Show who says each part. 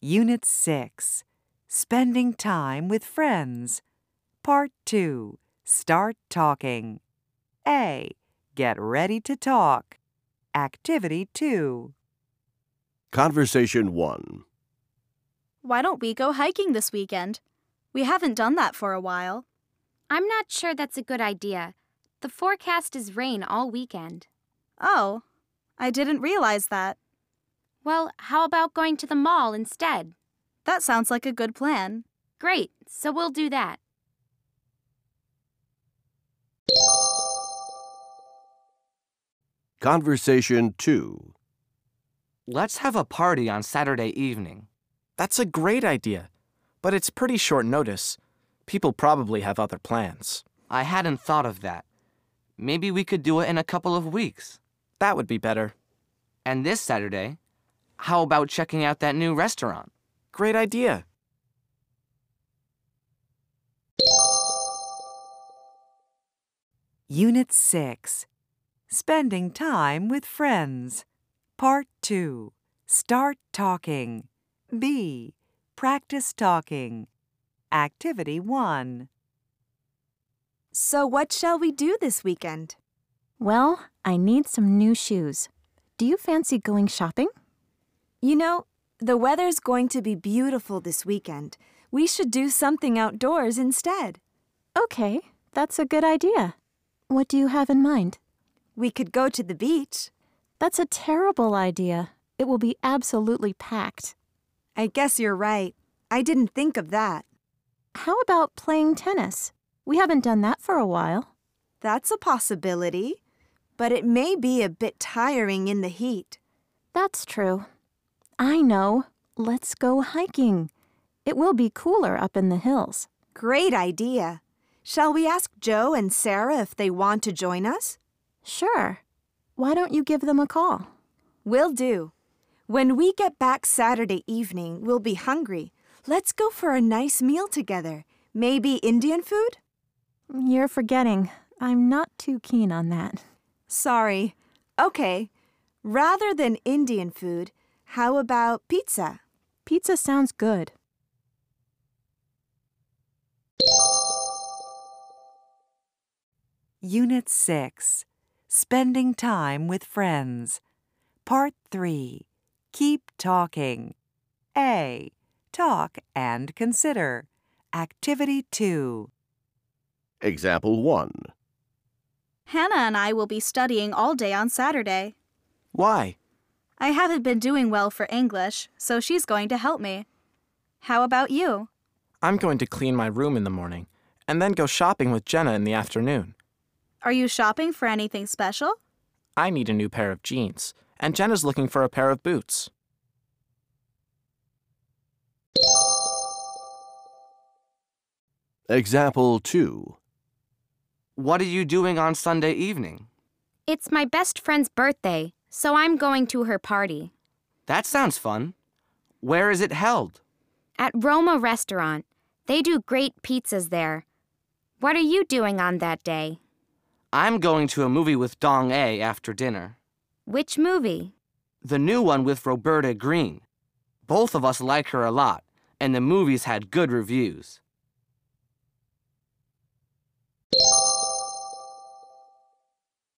Speaker 1: Unit 6 Spending Time with Friends. Part 2 Start Talking. A. Get ready to talk. Activity 2.
Speaker 2: Conversation 1.
Speaker 3: Why don't we go hiking this weekend? We haven't done that for a while.
Speaker 4: I'm not sure that's a good idea. The forecast is rain all weekend.
Speaker 3: Oh, I didn't realize that.
Speaker 4: Well, how about going to the mall instead?
Speaker 3: That sounds like a good plan.
Speaker 4: Great, so we'll do that.
Speaker 2: Conversation 2.
Speaker 5: Let's have a party on Saturday evening.
Speaker 6: That's a great idea, but it's pretty short notice. People probably have other plans.
Speaker 5: I hadn't thought of that. Maybe we could do it in a couple of weeks.
Speaker 6: That would be better.
Speaker 5: And this Saturday, how about checking out that new restaurant?
Speaker 6: Great idea.
Speaker 1: Unit 6 Spending Time with Friends. Part 2 Start Talking. B. Practice Talking. Activity 1.
Speaker 7: So, what shall we do this weekend?
Speaker 8: Well, I need some new shoes. Do you fancy going shopping?
Speaker 7: You know, the weather's going to be beautiful this weekend. We should do something outdoors instead.
Speaker 8: Okay, that's a good idea. What do you have in mind?
Speaker 7: We could go to the beach.
Speaker 8: That's a terrible idea. It will be absolutely packed.
Speaker 7: I guess you're right. I didn't think of that.
Speaker 8: How about playing tennis? We haven't done that for a while.
Speaker 7: That's a possibility, but it may be a bit tiring in the heat.
Speaker 8: That's true. I know. Let's go hiking. It will be cooler up in the hills.
Speaker 7: Great idea. Shall we ask Joe and Sarah if they want to join us?
Speaker 8: Sure. Why don't you give them a call?
Speaker 7: Will do. When we get back Saturday evening, we'll be hungry. Let's go for a nice meal together. Maybe Indian food?
Speaker 8: You're forgetting. I'm not too keen on that.
Speaker 7: Sorry. Okay. Rather than Indian food, how about pizza?
Speaker 8: Pizza sounds good.
Speaker 1: Unit 6 Spending Time with Friends. Part 3 Keep Talking. A. Talk and consider. Activity 2.
Speaker 2: Example 1.
Speaker 3: Hannah and I will be studying all day on Saturday.
Speaker 6: Why?
Speaker 3: I haven't been doing well for English, so she's going to help me. How about you?
Speaker 6: I'm going to clean my room in the morning and then go shopping with Jenna in the afternoon.
Speaker 3: Are you shopping for anything special?
Speaker 6: I need a new pair of jeans, and Jenna's looking for a pair of boots.
Speaker 2: Example 2.
Speaker 5: What are you doing on Sunday evening?
Speaker 4: It's my best friend's birthday, so I'm going to her party.
Speaker 5: That sounds fun. Where is it held?
Speaker 4: At Roma Restaurant, they do great pizzas there. What are you doing on that day?
Speaker 5: I'm going to a movie with Dong A after dinner.
Speaker 4: Which movie?
Speaker 5: The new one with Roberta Green. Both of us like her a lot, and the movies had good reviews.